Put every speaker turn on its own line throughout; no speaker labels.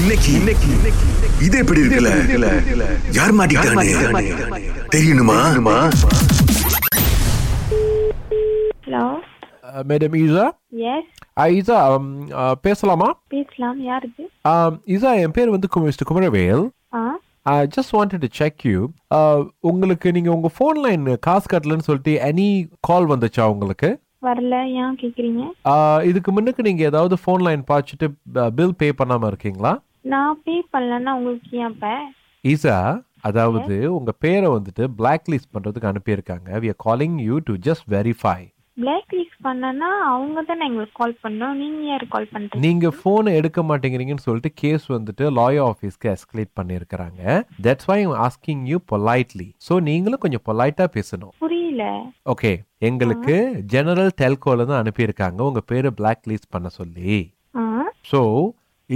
இன்னைக்கு இன்னைக்கு இன்னைக்கு- இது எப்படி இருக்குல்ல யார் மாட்டிக்கிட்டானே தெரியணுமா
ஹலோ
மேடம் ஈஷா
எஸ்
ஆ, ஈஷா um, ஆ, பேசலாமா
பேசலாம் யார் இது
Um, ஈஷா என் பேர் வந்து கு- மிஸ்டர் குமரவேல்
ஆ
I just wanted to check you உங்களுக்கு நீங்க உங்க ஃபோன் லைன் காசு கட்டலன்னு சொல்லிட்டு எனி கால் வந்துச்சா உங்களுக்கு
வரல ஏன் கேக்குறீங்க
ஆ, இதுக்கு முன்னுக்கு நீங்க ஏதாவது ஃபோன் லைன் பார்த்துட்டு பில் பே பண்ணாம இருக்கீங்களா
நான் பே பண்ணலன்னா உங்களுக்கு ஏன் இப்ப
ஈசா அதாவது உங்க பேரை வந்துட்டு பிளாக் லிஸ்ட் பண்றதுக்கு அனுப்பியிருக்காங்க we are calling you to just verify
black list பண்ணனா அவங்க தானே எங்களுக்கு கால் பண்ணோம் நீங்க யார் கால் பண்றீங்க
நீங்க போனை எடுக்க மாட்டேங்கிறீங்கன்னு சொல்லிட்டு கேஸ் வந்துட்டு லாயர் ஆஃபீஸ்க்கு எஸ்கலேட் பண்ணியிருக்கிறாங்க that's why asking you politely so நீங்களும் கொஞ்சம் பொலைட்டா பேசணும்
புரியல
ஓகே எங்களுக்கு ஜெனரல் டெல்கோல தான் அனுப்பியிருக்காங்க உங்க பேரை பிளாக் லிஸ்ட் பண்ண சொல்லி
ஆ
ஸோ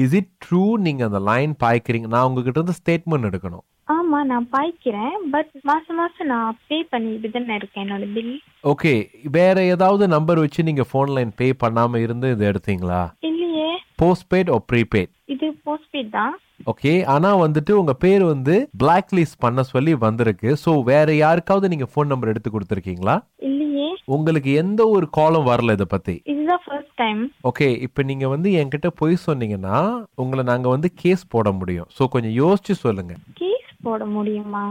இஸ் இட் ட்ரூ நீங்க அந்த லைன் பாய்க்கிறீங்க நான் உங்ககிட்ட இருந்து ஸ்டேட்மெண்ட் எடுக்கணும்
ஆமா நான் பாய்க்கிறேன் பட் மாசம் மாசம் நான் பே பண்ணிட்டு தானே இருக்கேன் என்னோட பில்
ஓகே வேற ஏதாவது நம்பர் வச்சு நீங்க ஃபோன் லைன் பே பண்ணாம இருந்து இது எடுத்தீங்களா
இல்லையே
போஸ்ட்பெய்ட் ஓ ப்ரீபெய்ட்
இது போஸ்ட்பெய்ட் தான்
ஓகே ஆனா வந்துட்டு உங்க பேர் வந்து பிளாக் லிஸ்ட் பண்ண சொல்லி வந்திருக்கு ஸோ வேற யாருக்காவது நீங்க ஃபோன் நம்பர் எடுத்து கொடுத்துருக்கீங்களா
இல்லையே
உங்களுக்கு எந்த ஒரு காலும் வரல இதை பத்தி
இதுதான் ஃபர்ஸ்ட் டைம்
ஓகே இப்போ நீங்க வந்து என்கிட்ட பொய் சொன்னீங்கன்னா உங்களை நாங்க வந்து கேஸ் போட முடியும் ஸோ கொஞ்சம் யோசிச்சு சொல்லுங்க
கேஸ் போட முடியுமா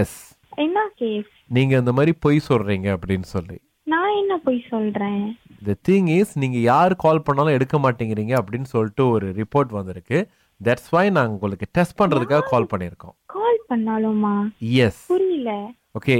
எஸ்
என்ன கேஸ்
நீங்க இந்த மாதிரி பொய் சொல்றீங்க அப்படின்னு சொல்லி
நான் என்ன போய் சொல்றேன்
த திங் இஸ் நீங்க யார் கால் பண்ணாலும் எடுக்க மாட்டேங்கிறீங்க அப்படின்னு சொல்லிட்டு ஒரு ரிப்போர்ட் வந்திருக்கு தட்ஸ் வை நாங்க உங்களுக்கு டெஸ்ட் பண்றதுக்காக கால் பண்ணியிருக்கோம்
கால் பண்ணாலுமா
எஸ்
புரியல
ஓகே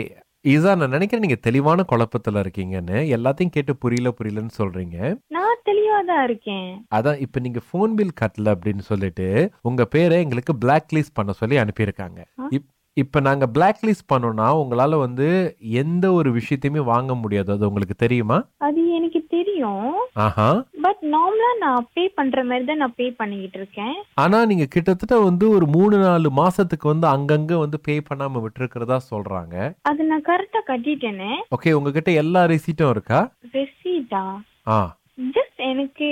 ஈசா நான் நினைக்கிறேன் நீங்க தெளிவான குழப்பத்துல இருக்கீங்கன்னு எல்லாத்தையும் கேட்டு புரியல புரியலன்னு சொல்றீங்க
நான் தெளிவா தான் இருக்கேன்
அதான் இப்ப நீங்க ஃபோன் பில் கட்டல அப்படின்னு சொல்லிட்டு உங்க பேரை எங்களுக்கு பிளாக் லிஸ்ட் பண்ண சொல்லி அனுப்பியிருக்காங்க இப்- இப்ப நாங்க பிளாக் லிஸ்ட் பண்ணோம்னா உங்களால வந்து எந்த ஒரு விஷயத்தையுமே வாங்க முடியாது அது உங்களுக்கு தெரியுமா
அது எனக்கு தெரியும்
ஆஹா
பட் நார்மலா நான் பே பண்ற மாதிரி தான் நான் பே பண்ணிக்கிட்டு இருக்கேன்
ஆனா நீங்க கிட்டத்தட்ட வந்து ஒரு மூணு நாலு மாசத்துக்கு வந்து அங்கங்க வந்து பே பண்ணாம விட்டுருக்கிறதா சொல்றாங்க
அது நான் கரெக்டா கட்டிட்டேனே
ஓகே உங்ககிட்ட எல்லா ரெசிட்டும் இருக்கா
ரெசீட்டா
ஆ
ஜஸ்ட் எனக்கு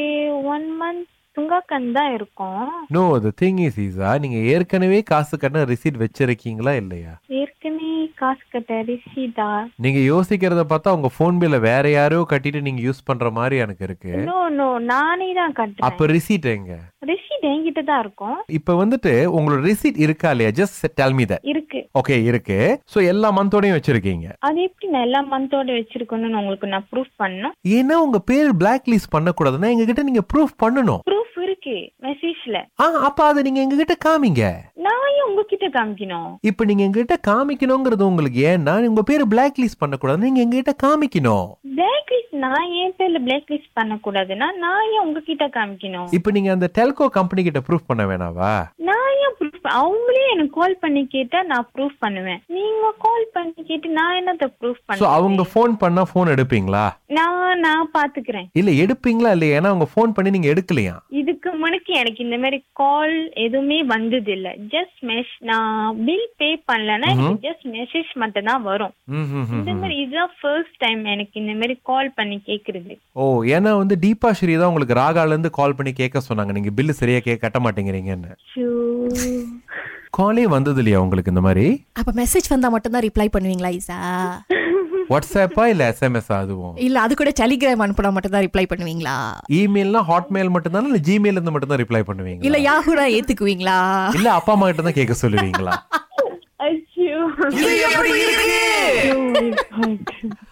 ஒன் மந்த் துங்காக்கன் தான் இருக்கும்
நோ த திங் இஸ் ஈஸா நீங்க ஏற்கனவே காசு கட்டின ரிசீட் வச்சிருக்கீங்களா இல்லையா
ஏற்கனவே காசு கட்ட ரெசீட்டா
நீங்க யோசிக்கிறத பார்த்தா உங்க ஃபோன் பில்ல வேற யாரோ கட்டிட்டு நீங்க யூஸ் பண்ற மாதிரி எனக்கு இருக்கு
நோ நோ நானே தான் கட்டுறேன்
அப்ப ரிசீட் எங்க
ரெசீட் என்கிட்ட தான் இருக்கும்
இப்ப வந்துட்டு உங்களோட ரிசீட் இருக்கா இல்லையா ஜஸ்ட் டெல் மீ தட்
இருக்கு
ஓகே இருக்கு சோ எல்லா மந்தோடையும் வச்சிருக்கீங்க
அது எப்படி நான் எல்லா மந்தோட வச்சிருக்கணும்னு உங்களுக்கு நான் ப்ரூஃப் பண்ணணும்
ஏன்னா உங்க பேர் பிளாக் லிஸ்ட் பண்ணக்கூடாதுன்னா எங்ககிட்ட நீங்க ப்ரூஃப் பண்ணணும்
ப்ரூஃப் இருக்கு மெசேஜ்ல
ஆ அப்ப அதை நீங்க எங்ககிட்ட காமிங்க
நான் ஏன் உங்ககிட்ட காமிக்கணும்
இப்ப நீங்க எங்ககிட்ட காமிக்கணுங்கிறது உங்களுக்கு ஏன்னா உங்க பேர் பிளாக் லிஸ்ட் பண்ணக்கூடாதுன்னு நீங்க எங்ககிட்ட காமிக்கணும்
பிளாக் லிஸ்ட் நான் ஏன் பேர்ல பிளாக் லிஸ்ட் பண்ணக்கூடாதுன்னா நான் ஏன் உங்ககிட்ட காமிக்கணும்
இப்போ நீங்க அந்த டெல்கோ கம்பெனி கிட்ட ப்ரூஃப் பண்ண வேணாவா
நான் ஏன் ப்ரூஃப் அவங்களே எனக்கு கால் பண்ணி கேட்டா நான் ப்ரூஃப் பண்ணுவேன் நீங்க கால் பண்ணி கேட்டு நான் என்னத்த ப்ரூஃப்
சோ அவங்க
பண்ணுவேன்
ஃபோன் பண்ணா ஃபோன் எடுப்பீங்களா
நான் நான் பாத்துக்கிறேன்
இல்ல எடுப்பீங்களா இல்லையா ஏன்னா அவங்க ஃபோன் பண்ணி நீங்க எடுக்கலையா
இதுக்கு முன்னாடி எனக்கு இந்த மாதிரி கால் எதுவுமே வந்தது இல்ல ஜஸ்ட் மெஷ் நான் பில் பே பண்ணலன்னா எனக்கு ஜஸ்ட் மெசேஜ் மட்டும் தான் வரும் இந்த மாதிரி இதுதான் ஃபர்ஸ்ட் டைம் எனக்கு இந்த மாதிரி கால் பண்ணி கேக்குறது
ஓ ஏன்னா வந்து தீபா ஸ்ரீ தான் உங்களுக்கு ராகால இருந்து கால் பண்ணி கேட்க சொன்னாங்க நீங்க பில்லு சரியா கே கட்ட மாட்டேங்கிறீங்கன்னு
ஷூ.
காலே வந்தது இல்லையா உங்களுக்கு இந்த மாதிரி
அப்ப மெசேஜ் வந்தா மட்டும் தான் ரிப்ளை பண்ணுவீங்களா ஈசா
வாட்ஸ்அப்பா இல்ல எஸ்எம்எஸ் அதுவும்
இல்ல அது கூட டெலிகிராம் அனுப்புனா மட்டும் தான் ரிப்ளை பண்ணுவீங்களா
இமெயில்னா ஹாட்மெயில் மட்டும் தானே இல்ல ஜிமெயில் இருந்து மட்டும் தான் ரிப்ளை
இல்ல
பண்ணுவீங்க
யாகுனா ஏத்துக்குவீங்களா
இல்ல அப்பா அம்மா கிட்ட தான் கேட்க சொல்லுவீங்களா
ஐயோ. Oh my God.